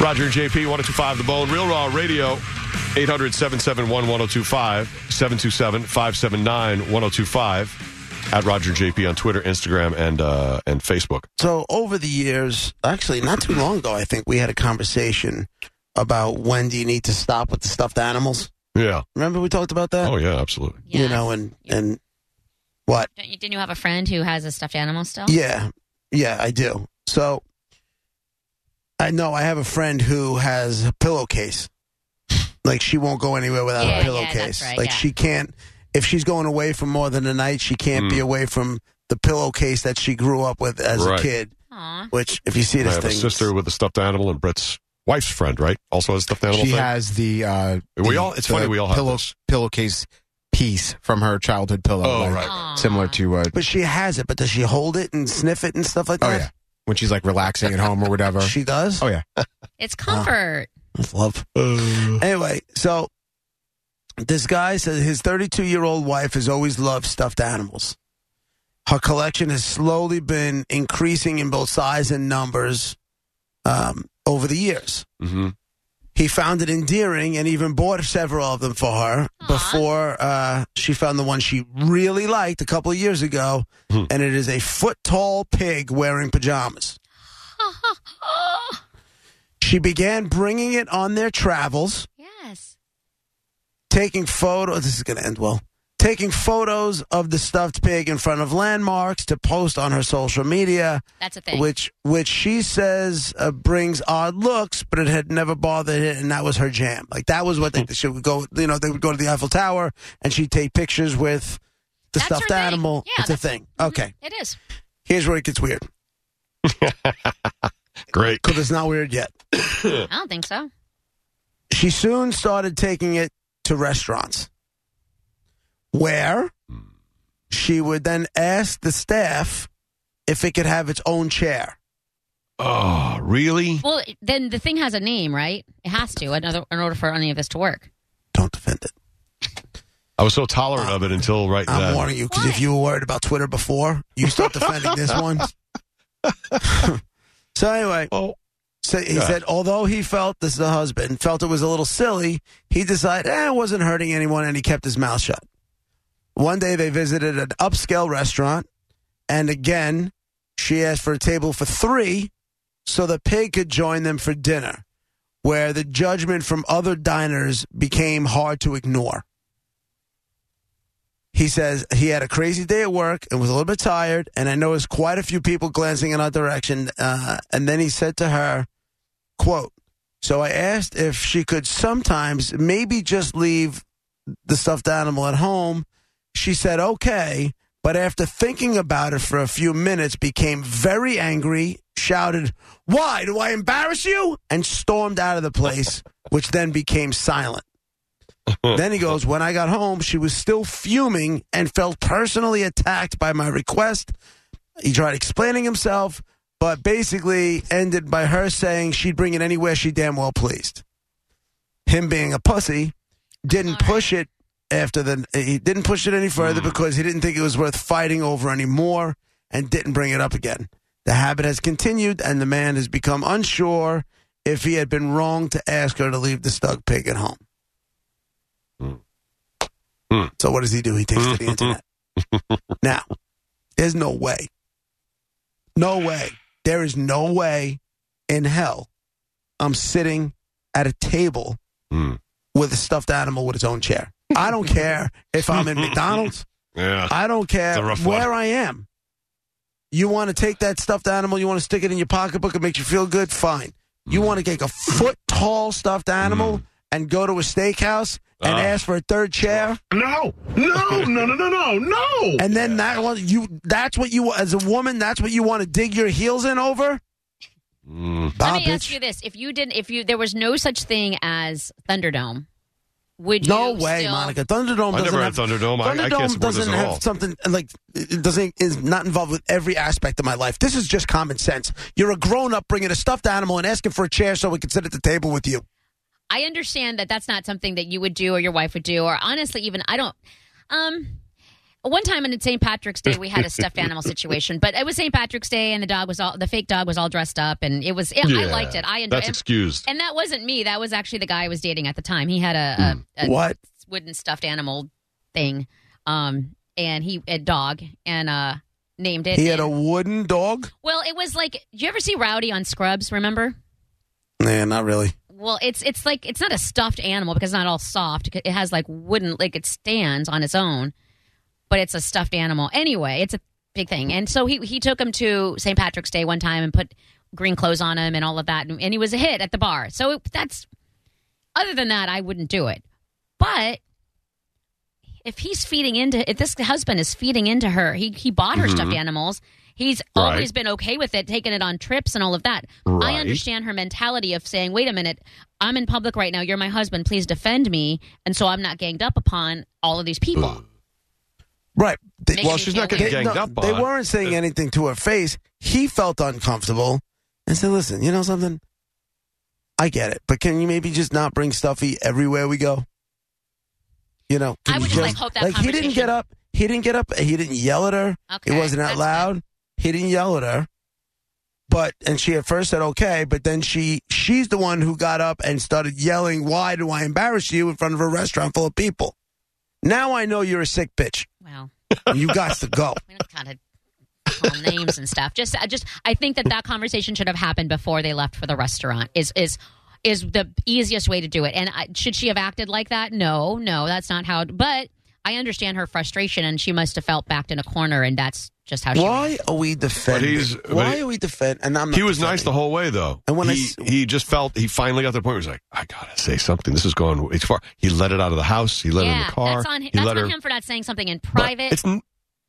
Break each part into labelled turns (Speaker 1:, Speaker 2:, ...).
Speaker 1: Roger and JP, 1025 The Bone, Real Raw Radio, 800 771 1025, 727 579 1025, at Roger and JP on Twitter, Instagram, and, uh, and Facebook.
Speaker 2: So over the years, actually not too long ago, I think we had a conversation about when do you need to stop with the stuffed animals.
Speaker 1: Yeah.
Speaker 2: Remember we talked about that?
Speaker 1: Oh, yeah, absolutely.
Speaker 2: You know,
Speaker 3: Yes.
Speaker 2: and and what?
Speaker 3: Don't you, didn't you have a friend who has a stuffed animal still?
Speaker 2: Yeah, yeah, I do. So I know I have a friend who has a pillowcase. Like she won't go anywhere without
Speaker 3: Yeah,
Speaker 2: a
Speaker 3: yeah, that's
Speaker 2: pillowcase.
Speaker 3: right,
Speaker 2: like
Speaker 3: yeah.
Speaker 2: she can't. If she's going away for more than a night, she can't be away from the pillowcase that she grew up with as
Speaker 1: Mm. Right.
Speaker 2: a kid.
Speaker 3: Aw.
Speaker 2: Which, if you see
Speaker 1: I
Speaker 2: this
Speaker 1: have
Speaker 2: thing,
Speaker 1: a sister with a stuffed animal, and Brett's wife's friend, right? Also has a stuffed animal.
Speaker 4: She
Speaker 1: thing?
Speaker 4: has the. Uh,
Speaker 1: We
Speaker 4: the-
Speaker 1: all- it's
Speaker 4: the
Speaker 1: funny we all have
Speaker 4: pillow,
Speaker 1: this.
Speaker 4: pillowcase piece from her childhood pillow.
Speaker 1: Oh,
Speaker 4: like,
Speaker 1: right.
Speaker 3: Aw.
Speaker 4: Similar to uh,
Speaker 2: but she has it. But does she hold it and sniff it and stuff like
Speaker 4: oh yeah,
Speaker 2: that?
Speaker 4: when she's like relaxing at home or whatever.
Speaker 1: Uh-huh.
Speaker 2: she does.
Speaker 4: oh yeah,
Speaker 3: It's comfort.
Speaker 2: That's love.
Speaker 3: Uh.
Speaker 2: Anyway, so this guy says his 32 year old wife has always loved stuffed animals. Her collection has slowly been increasing in both size and numbers um, over the years.
Speaker 1: hmm
Speaker 2: He found it endearing and even bought several of them for her before uh, she found the one she really liked a couple of years ago. And it is a foot tall pig wearing pajamas. She began bringing it on their travels
Speaker 3: yes.
Speaker 2: taking photos. This is going to end well. Taking photos of the stuffed pig in front of landmarks to post on her social media,
Speaker 3: That's a thing.
Speaker 2: which which she says uh, brings odd looks, but it had never bothered her, and that was her jam. Like that was what they, she would go. You know, they would go to the Eiffel Tower, and she'd take pictures with the
Speaker 3: That's her
Speaker 2: stuffed
Speaker 3: thing.
Speaker 2: animal.
Speaker 3: Yeah,
Speaker 2: it's a
Speaker 3: that's-
Speaker 2: thing.
Speaker 3: Mhm.
Speaker 2: Okay,
Speaker 3: It is.
Speaker 2: here's where it gets weird
Speaker 1: Great.
Speaker 2: because it's not weird yet.
Speaker 3: I don't think so.
Speaker 2: She soon started taking it to restaurants where she would then ask the staff if it could have its own chair.
Speaker 1: Oh, really?
Speaker 3: Well, it- then the thing has a name, right? It has to another in order for any of this to work.
Speaker 2: Don't defend it.
Speaker 1: I was so tolerant of it until right
Speaker 2: I'm
Speaker 1: then.
Speaker 2: warning you because if you were worried about Twitter before, you start defending this one. so anyway,
Speaker 1: Well,
Speaker 2: so he
Speaker 1: yeah.
Speaker 2: said although he felt this is the husband felt it was a little silly, he decided eh, it wasn't hurting anyone and he kept his mouth shut. One day they visited an upscale restaurant, and again she asked for a table for three, so the pig could join them for dinner, where the judgment from other diners became hard to ignore. He says he had a crazy day at work and was a little bit tired, and I noticed quite a few people glancing in our direction. Uh, and then he said to her, "Quote." So I asked if she could sometimes maybe just leave the stuffed animal at home. She said okay, but after thinking about it for a few minutes, became very angry, shouted, "Why do I embarrass you?" and stormed out of the place, which then became silent. Then he goes, When I got home, she was still fuming and felt personally attacked by my request. He tried explaining himself, but basically ended by her saying she'd bring it anywhere she damn well pleased. Him being a pussy, didn't push it after the he didn't push it any further because he didn't think it was worth fighting over anymore and didn't bring it up again. The habit has continued and the man has become unsure if he had been wrong to ask her to leave the stuck pig at home. So what does he do? He takes to the internet. now, there's no way. No way. There is no way in hell I'm sitting at a table
Speaker 1: Hmm.
Speaker 2: with a stuffed animal with its own chair. I don't care if I'm in McDonald's.
Speaker 1: yeah.
Speaker 2: I don't care
Speaker 1: It's a rough one.
Speaker 2: where I am. You want to take that stuffed animal, you want to stick it in your pocketbook, it makes you feel good, fine. You
Speaker 1: Mm.
Speaker 2: want to take a foot tall stuffed animal and go to a steakhouse and
Speaker 1: Ah.
Speaker 2: ask for a third chair?
Speaker 5: No, no, no, no, no, no, no.
Speaker 2: And then that one, you that's what you as a woman, that's what you want to dig your heels in over.
Speaker 1: Mm.
Speaker 2: Bob,
Speaker 3: Let me ask
Speaker 2: bitch.
Speaker 3: you this: If you didn't, if you there was no such thing as Thunderdome, would
Speaker 2: no
Speaker 3: you?
Speaker 2: way,
Speaker 3: still-
Speaker 2: Monica. Thunderdome
Speaker 1: I
Speaker 2: doesn't
Speaker 1: never had
Speaker 2: have
Speaker 1: Thunderdome. I- I can't support
Speaker 2: Thunderdome
Speaker 1: this
Speaker 2: doesn't
Speaker 1: at
Speaker 2: have
Speaker 1: all.
Speaker 2: something like it doesn't is not involved with every aspect of my life. This is just common sense. You're a grown up bringing a stuffed animal and asking for a chair so we can sit at the table with you.
Speaker 3: I understand that that's not something that you would do or your wife would do, or honestly, even I don't. Um, one time on St. Patrick's Day, we had a stuffed animal situation, but it was St. Patrick's Day, and the dog was all the fake dog was all dressed up, and it was it, I
Speaker 1: Yeah.
Speaker 3: liked it. I enjoyed
Speaker 1: That's
Speaker 3: it.
Speaker 1: excused.
Speaker 3: and that wasn't me. That was actually the guy I was dating at the time. He had a, a, a
Speaker 2: What?
Speaker 3: wooden stuffed animal thing, um, and he a dog and uh named it.
Speaker 2: He had a
Speaker 3: and-
Speaker 2: wooden dog?
Speaker 3: well, it was like, do you ever see Rowdy on Scrubs? Remember?
Speaker 2: Nah, not really.
Speaker 3: Well, it's it's like it's not a stuffed animal because it's not all soft. It has like wooden, like it stands on its own, but it's a stuffed animal. Anyway, it's a big thing. And so he he took him to St. Patrick's Day one time and put green clothes on him and all of that, and, and he was a hit at the bar. So it, that's other than that, I wouldn't do it. But if he's feeding into if this husband is feeding into her, he he bought her stuffed animals. He's
Speaker 1: Mm-hmm. Right.
Speaker 3: always been okay with it, taking it on trips and all of that.
Speaker 1: Right.
Speaker 3: I understand her mentality of saying, "Wait a minute, I'm in public right now. You're my husband. Please defend me." And so I'm not ganged up upon all of these people.
Speaker 2: Right. They,
Speaker 3: Makes
Speaker 1: Well,
Speaker 3: me
Speaker 1: she's
Speaker 3: feel
Speaker 1: not getting
Speaker 3: weird.
Speaker 1: ganged
Speaker 2: no,
Speaker 1: up
Speaker 2: they
Speaker 1: on.
Speaker 2: weren't saying anything to her face. He felt uncomfortable and said, listen, you know something? I get it, but can you maybe just not bring Stuffy everywhere we go? You know,
Speaker 3: I
Speaker 2: can
Speaker 3: would
Speaker 2: you
Speaker 3: just, like, hope that
Speaker 2: like he didn't get
Speaker 3: conversation-
Speaker 2: up. He didn't get up. He didn't yell at her.
Speaker 3: Okay,
Speaker 2: it wasn't out
Speaker 3: that's
Speaker 2: loud. He didn't yell at her. But and she at first said okay, but then she she's the one who got up and started yelling, "Why do I embarrass you in front of a restaurant full of people?" Now I know you're a sick bitch.
Speaker 3: Well,
Speaker 2: You got to go.
Speaker 3: we don't kind of call names and stuff. Just, I just, I think that that conversation should have happened before they left for the restaurant. Is is is the easiest way to do it. And I, should she have acted like that? No, no, that's not how. But I understand her frustration, and she must have felt backed in a corner, and that's just how she.
Speaker 2: Why are we
Speaker 1: But
Speaker 2: defending?
Speaker 1: he's- but
Speaker 2: Why
Speaker 1: he-
Speaker 2: are we defending? And I'm not
Speaker 1: He was
Speaker 2: defending.
Speaker 1: nice the whole way, though.
Speaker 2: And when I
Speaker 1: he,
Speaker 2: s-
Speaker 1: he just felt he finally got to the point where he's like, I gotta say something. This is going it's far. He let it out of the house. He let it in
Speaker 3: yeah,
Speaker 1: the car.
Speaker 3: that's on,
Speaker 1: he
Speaker 3: that's
Speaker 1: let
Speaker 3: on
Speaker 1: her-
Speaker 3: him for not saying something in
Speaker 1: But
Speaker 3: private.
Speaker 1: It's n-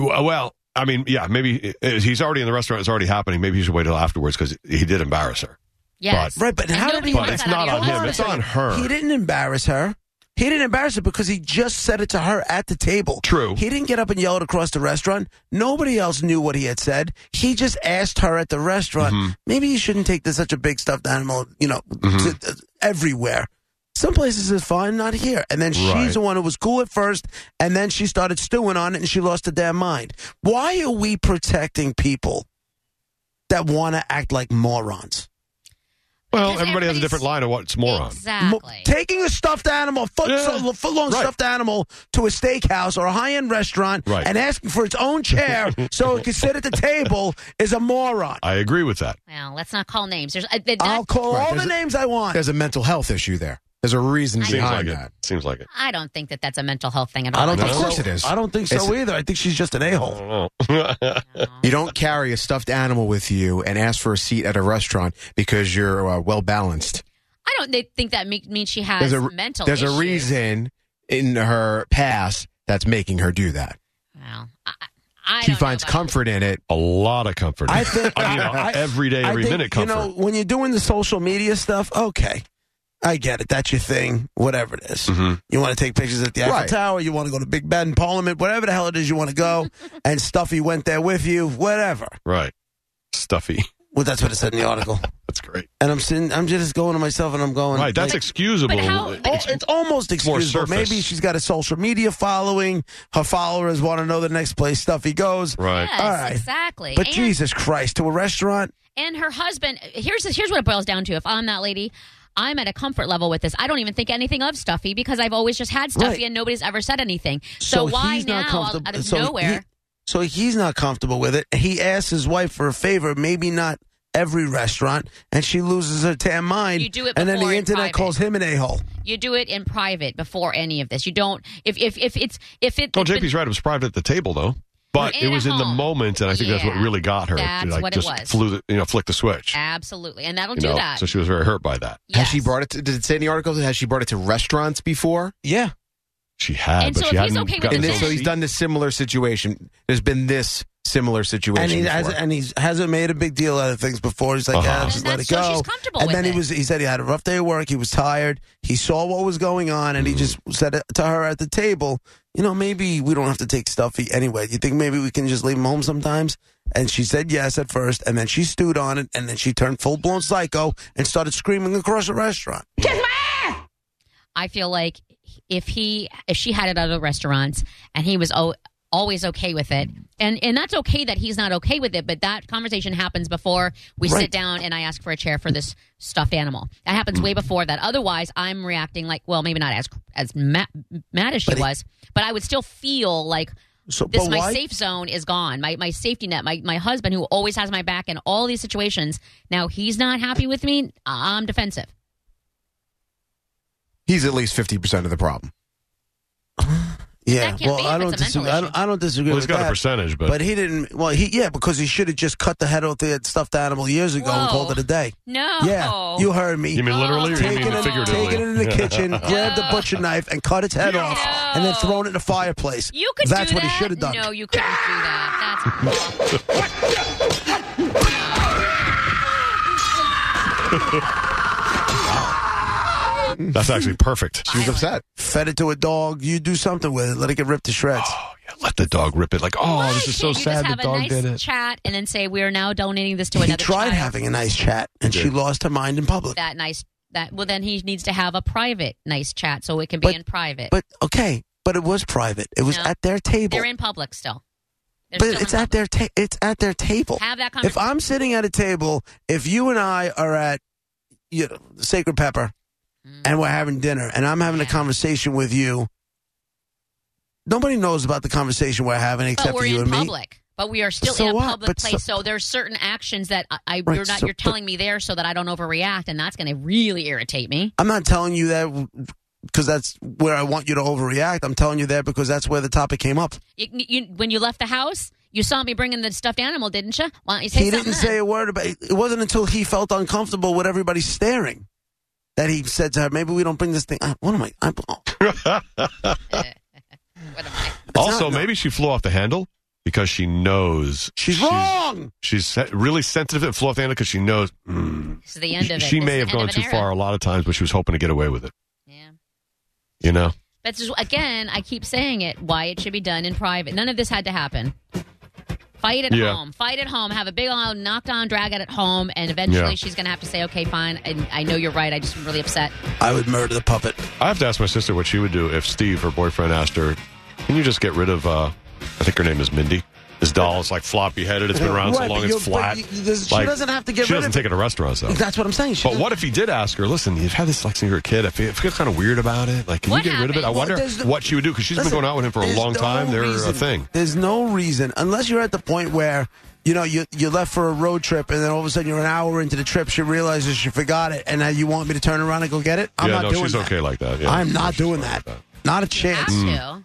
Speaker 1: w- well, I mean, yeah, maybe uh, he's already in the restaurant. It's already happening. Maybe he should wait till afterwards because he did embarrass her.
Speaker 3: yes.
Speaker 2: Right, but
Speaker 3: And
Speaker 2: how did
Speaker 3: nobody
Speaker 2: he?
Speaker 1: But
Speaker 3: wants
Speaker 1: it's
Speaker 3: that
Speaker 1: not
Speaker 3: on your
Speaker 1: on him.
Speaker 3: husband.
Speaker 1: It's on her.
Speaker 2: He didn't embarrass her. He didn't embarrass her because he just said it to her at the table.
Speaker 1: True.
Speaker 2: He didn't get up and yell it across the restaurant. Nobody else knew what he had said. He just asked her at the restaurant.
Speaker 1: Mm-hmm.
Speaker 2: Maybe you shouldn't take this such a big stuffed animal, you know,
Speaker 1: Mm-hmm.
Speaker 2: to, uh, everywhere. Some places it's fine, not here. And then
Speaker 1: Right.
Speaker 2: she's the one who was cool at first, and then she started stewing on it, and she lost her damn mind. Why are we protecting people that want to act like morons?
Speaker 1: Well,
Speaker 3: Because
Speaker 1: everybody has a
Speaker 3: everybody's-
Speaker 1: different line of what's moron.
Speaker 2: Mo-
Speaker 3: Exactly.
Speaker 2: Taking a stuffed animal, foot,
Speaker 1: Yeah.
Speaker 2: so- foot-long
Speaker 1: Right.
Speaker 2: stuffed animal to a steakhouse or a high-end restaurant
Speaker 1: Right.
Speaker 2: and asking for its own chair so it can sit at the table is a moron.
Speaker 1: I agree with that.
Speaker 3: well, let's not call names. There's, uh, that,
Speaker 2: I'll call
Speaker 4: Right,
Speaker 2: all the
Speaker 4: there's a-
Speaker 2: names I want.
Speaker 4: There's a mental health issue there. There's a reason
Speaker 1: Seems like
Speaker 4: behind that.
Speaker 1: it. Seems like it.
Speaker 3: I don't think that that's a mental health thing at all.
Speaker 1: think
Speaker 4: Of
Speaker 1: so.
Speaker 4: course it is.
Speaker 2: I don't think so
Speaker 4: It's-
Speaker 2: either. I think she's just an
Speaker 1: I
Speaker 2: a-hole.
Speaker 1: don't know.
Speaker 4: You don't carry a stuffed animal with you and ask for a seat at a restaurant because you're uh, well balanced.
Speaker 3: I don't thi- think that me- means she has
Speaker 4: There's a-
Speaker 3: mental.
Speaker 4: There's a
Speaker 3: issues.
Speaker 4: reason in her past that's making her do that.
Speaker 3: Well, I, I
Speaker 4: She
Speaker 3: don't know
Speaker 4: finds
Speaker 3: about-
Speaker 4: comfort in it.
Speaker 1: a lot of comfort.
Speaker 2: I think
Speaker 1: I mean, every day,
Speaker 2: I
Speaker 1: every
Speaker 2: think,
Speaker 1: minute comfort.
Speaker 2: You know, when you're doing the social media stuff, okay. I get it. That's your thing, whatever it is.
Speaker 1: Mhm.
Speaker 2: You want to take pictures at the Eiffel
Speaker 4: Right.
Speaker 2: Tower, you want to go to Big Ben, Parliament, whatever the hell it is you want to go, and Stuffy went there with you, whatever.
Speaker 1: Right. Stuffy.
Speaker 2: Well, that's what it said in the article.
Speaker 1: That's great.
Speaker 2: And I'm sitting, I'm just going to myself and I'm going,
Speaker 1: Right. That's
Speaker 2: like,
Speaker 1: excusable.
Speaker 3: but how-
Speaker 1: It's-
Speaker 2: oh, it's, almost
Speaker 1: more
Speaker 2: excusable.
Speaker 1: surface.
Speaker 2: Maybe she's got a social media following. Her followers want to know the next place Stuffy goes.
Speaker 1: right.
Speaker 3: Yes,
Speaker 2: All right.
Speaker 3: exactly.
Speaker 2: But
Speaker 3: and,
Speaker 2: Jesus Christ, to a restaurant?
Speaker 3: and her husband. Here's here's what it boils down to. If I'm that lady. I'm at a comfort level with this. I don't even think anything of Stuffy because I've always just had Stuffy
Speaker 2: Right.
Speaker 3: and nobody's ever said anything. So, why
Speaker 2: he's
Speaker 3: now
Speaker 2: not
Speaker 3: out
Speaker 2: comfortable-
Speaker 3: out of
Speaker 2: so he-
Speaker 3: nowhere?
Speaker 2: so he's not comfortable with it. He asks his wife for a favor, maybe not every restaurant, and she loses her damn mind.
Speaker 3: You do it
Speaker 2: and then
Speaker 3: before
Speaker 2: the
Speaker 3: in
Speaker 2: internet
Speaker 3: private.
Speaker 2: calls him an a hole.
Speaker 3: you do it in private before any of this. You don't. If if if it's if it.
Speaker 1: Oh,
Speaker 3: it's been-
Speaker 1: JP's right. It was private at the table, though. But
Speaker 3: And
Speaker 1: it was
Speaker 3: at
Speaker 1: in the
Speaker 3: home.
Speaker 1: moment, and I think that's what
Speaker 3: Yeah.
Speaker 1: really got her.
Speaker 3: That's
Speaker 1: She, like,
Speaker 3: what it
Speaker 1: just
Speaker 3: was.
Speaker 1: Flew the, you know, flicked the switch.
Speaker 3: Absolutely, and that'll
Speaker 1: you
Speaker 3: do
Speaker 1: know?
Speaker 3: that.
Speaker 1: So she was very hurt by that.
Speaker 4: Has she
Speaker 3: Yes.
Speaker 4: brought it? To, did it say in the article? Has she brought it to restaurants before?
Speaker 2: Yeah.
Speaker 1: She had,
Speaker 3: And
Speaker 1: but
Speaker 3: so
Speaker 1: she
Speaker 3: if he's
Speaker 1: hadn't
Speaker 3: okay with
Speaker 1: gotten
Speaker 4: And
Speaker 3: Does
Speaker 1: his own
Speaker 4: then, so he's
Speaker 1: seat.
Speaker 4: done this similar situation. There's been this similar situation.
Speaker 2: And he
Speaker 4: before.
Speaker 2: hasn't, and he's hasn't made a big deal out of things before. He's like,
Speaker 1: Uh-huh.
Speaker 2: yeah,
Speaker 1: And
Speaker 2: just let it go.
Speaker 3: that's- so she's comfortable
Speaker 2: and
Speaker 3: with
Speaker 2: then
Speaker 3: it.
Speaker 2: he was, he said he had a rough day of work. He was tired. He saw what was going on,
Speaker 1: Mm.
Speaker 2: and he just said it to her at the table. You know, maybe we don't have to take Stuffy anyway. You think maybe we can just leave him home sometimes? And she said yes at first, and then she stewed on it, and then she turned full blown psycho and started screaming across the restaurant.
Speaker 3: I feel like if he if she had it at other restaurants and he was al- always okay with it. And and that's okay that he's not okay with it, but that conversation happens before we sit down and I ask for a chair for this stuffed animal. That happens way before that. Otherwise, I'm reacting like, well, maybe not as as ma- mad as she was, but I would still feel like
Speaker 2: So,
Speaker 3: this
Speaker 2: but
Speaker 3: my
Speaker 2: why-
Speaker 3: safe zone is gone. My my safety net, my my husband who always has my back in all these situations. Now he's not happy with me. I'm defensive.
Speaker 4: He's at least 50% of the problem.
Speaker 2: Yeah,
Speaker 3: That can't
Speaker 2: well, I don't
Speaker 3: be if it's a mental
Speaker 2: disagree. I don't, I
Speaker 3: issue.
Speaker 2: don't disagree
Speaker 1: Well,
Speaker 2: with
Speaker 1: he's got
Speaker 2: that.
Speaker 1: a percentage, but,
Speaker 2: But he didn't. Well, he yeah, because he should have just cut the head off the stuffed animal years ago and
Speaker 3: Whoa.
Speaker 2: called it a day.
Speaker 3: No. Oh.
Speaker 2: Yeah, you heard me.
Speaker 1: you mean literally or you
Speaker 2: taking
Speaker 1: mean
Speaker 2: it,
Speaker 1: figuratively?
Speaker 2: taking it in the kitchen, grabbed the butcher knife, and cut its head off, and then thrown it in the fireplace.
Speaker 3: You could
Speaker 2: That's
Speaker 3: do
Speaker 2: what
Speaker 3: that.
Speaker 2: he should have done.
Speaker 3: No, you couldn't do that. That's
Speaker 1: That's actually perfect.
Speaker 4: She was upset.
Speaker 2: Fed it to a dog. You do something with it. Let it get ripped to shreds.
Speaker 1: oh, Yeah, Let the dog rip it. Like, oh,
Speaker 3: Why
Speaker 1: this is so
Speaker 3: can't you
Speaker 1: sad.
Speaker 3: Just have
Speaker 1: The
Speaker 3: a
Speaker 1: dog
Speaker 3: nice
Speaker 1: did it.
Speaker 3: Chat and then say we are now donating this to
Speaker 2: he
Speaker 3: another.
Speaker 2: tried
Speaker 3: child."
Speaker 2: having a nice chat, and she lost her mind in public.
Speaker 3: that nice. That well, then he needs to have a private nice chat so it can be
Speaker 2: But-
Speaker 3: in private.
Speaker 2: But okay, but it was private. It was
Speaker 3: No.
Speaker 2: at their table.
Speaker 3: They're in public still. They're
Speaker 2: but
Speaker 3: still in
Speaker 2: it's at
Speaker 3: public.
Speaker 2: their ta- it's at their table.
Speaker 3: have that
Speaker 2: If
Speaker 3: conversation.
Speaker 2: I'm sitting at a table, if you and I are at you know, Sacred Pepper and we're having dinner and I'm having a
Speaker 3: Mm. Yeah.
Speaker 2: conversation with you, nobody knows about the conversation we're having except
Speaker 3: But we're
Speaker 2: for you
Speaker 3: in
Speaker 2: and me.
Speaker 3: public. But we are still
Speaker 2: So
Speaker 3: in a
Speaker 2: what?
Speaker 3: public
Speaker 2: But so-
Speaker 3: place. So, there's certain actions that I, I
Speaker 2: Right,
Speaker 3: you're not
Speaker 2: so-
Speaker 3: you're
Speaker 2: but-
Speaker 3: telling me there so that I don't overreact, and that's going to really irritate me.
Speaker 2: I'm not telling you that because that's where I want you to overreact. I'm telling you that because that's where the topic came up.
Speaker 3: You, you, when you left the house, you saw me bringing the stuffed animal, didn't you? Why don't you say
Speaker 2: he
Speaker 3: something
Speaker 2: didn't
Speaker 3: then?
Speaker 2: say a word about it. wasn't until he felt uncomfortable with everybody staring that he said to her, maybe we don't bring this thing. up." What am I? I'm,
Speaker 3: What am I?
Speaker 1: Also,
Speaker 2: not- no.
Speaker 1: maybe she flew off the handle because she knows
Speaker 2: she's wrong.
Speaker 1: She's se- really sensitive and flew off the handle because she knows mm,
Speaker 3: This is the end of it.
Speaker 1: she
Speaker 3: This
Speaker 1: may
Speaker 3: is
Speaker 1: have
Speaker 3: the
Speaker 1: gone
Speaker 3: end of
Speaker 1: too
Speaker 3: an era.
Speaker 1: far a lot of times, but she was hoping to get away with it.
Speaker 3: Yeah.
Speaker 1: You know,
Speaker 3: That's just, again, I keep saying it. Why it should be done in private. None of this had to happen. Fight at
Speaker 1: Yeah.
Speaker 3: home. Fight at home. Have a big old knocked on, drag out at home, and eventually
Speaker 1: Yeah.
Speaker 3: she's gonna have to say, "Okay, fine. I, I know you're right. I just am really upset."
Speaker 2: I would murder the puppet.
Speaker 1: I have to ask my sister what she would do if Steve, her boyfriend, asked her, "Can you just get rid of?" Uh, I think her name is Mindy. This doll is like floppy headed. It's been around
Speaker 2: Right,
Speaker 1: so
Speaker 2: but
Speaker 1: long,
Speaker 2: you're-
Speaker 1: it's
Speaker 2: but
Speaker 1: flat.
Speaker 2: you- this- she
Speaker 1: Like,
Speaker 2: doesn't have to get
Speaker 1: She
Speaker 2: rid
Speaker 1: doesn't
Speaker 2: of-
Speaker 1: take it to restaurants though.
Speaker 2: That's what I'm saying. She
Speaker 1: But
Speaker 2: doesn't-
Speaker 1: what if he did ask her? Listen, you've had this like thing as a kid. I feel, I feel kind of weird about it. Like, can
Speaker 3: What
Speaker 1: you get rid of it? I
Speaker 3: happened?
Speaker 1: wonder
Speaker 2: there's no-
Speaker 1: what she would do because she's been
Speaker 2: Listen,
Speaker 1: going out with him for a
Speaker 2: there's
Speaker 1: long
Speaker 2: no
Speaker 1: time. They're
Speaker 2: reason-
Speaker 1: a thing.
Speaker 2: There's no reason, unless you're at the point where, you know, you, you're left for a road trip and then all of a sudden you're an hour into the trip, she realizes she forgot it, and now you want me to turn around and go get it? I'm
Speaker 1: yeah,
Speaker 2: not
Speaker 1: no,
Speaker 2: doing
Speaker 1: she's
Speaker 2: that.
Speaker 1: okay like that. Yeah,
Speaker 2: I'm
Speaker 1: No,
Speaker 2: not
Speaker 1: she's
Speaker 2: doing
Speaker 1: fine Mm, with
Speaker 2: that. Not a
Speaker 3: Have
Speaker 2: chance.
Speaker 3: to.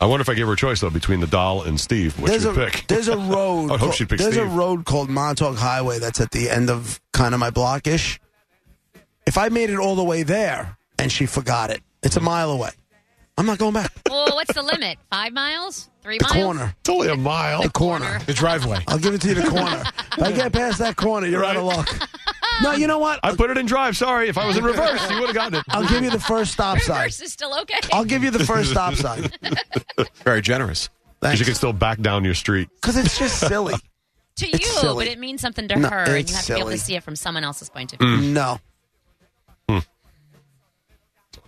Speaker 1: I wonder if I gave her a choice though between the doll and Steve, which
Speaker 2: There's
Speaker 1: you
Speaker 2: a,
Speaker 1: would pick.
Speaker 2: there's a road.
Speaker 1: I would hope
Speaker 2: ca-
Speaker 1: she'd pick
Speaker 2: there's a
Speaker 1: Steve.
Speaker 2: road called Montauk Highway that's at the end of kind of my block ish. If I made it all the way there and she forgot it, it's a mile away. I'm not going back.
Speaker 3: Well, what's the limit? Five miles? Three
Speaker 2: The
Speaker 3: miles?
Speaker 2: corner.
Speaker 1: It's only a mile.
Speaker 2: The corner.
Speaker 4: The driveway.
Speaker 2: I'll give it to you the corner. if I get past that corner, you're out of
Speaker 1: Right.
Speaker 2: luck. No, you know what?
Speaker 1: I put it in drive. Sorry, if I was in reverse, you would have gotten it.
Speaker 2: I'll give you the first stop sign.
Speaker 3: Reverse is still okay.
Speaker 2: I'll give you the first stop sign.
Speaker 4: Very generous.
Speaker 1: Because you
Speaker 2: Thanks.
Speaker 1: can still back down your street.
Speaker 2: Because it's just silly.
Speaker 3: to you,
Speaker 2: it's silly.
Speaker 3: but it means something to
Speaker 2: No,
Speaker 3: her, and
Speaker 2: it's
Speaker 3: you have to be able
Speaker 2: silly.
Speaker 3: to see it from someone else's point of view.
Speaker 2: No.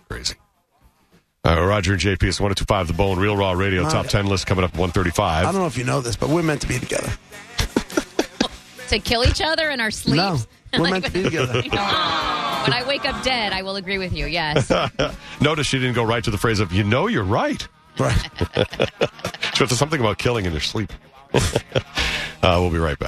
Speaker 1: Crazy. Uh, Roger and JP, it's 1025 The Bone, Real Raw Radio, top 10 list coming up at
Speaker 2: I
Speaker 1: 135.
Speaker 2: don't know if you know this, but we're meant to be together.
Speaker 1: Mm.
Speaker 3: To kill each other in our sleeps.
Speaker 2: No. We're meant to be together.
Speaker 3: When I wake up dead, I will agree with you. Yes.
Speaker 1: Notice she didn't go right to the phrase of, you know, you're right.
Speaker 2: Right.
Speaker 1: So it's something about killing in their sleep. uh, we'll be right back.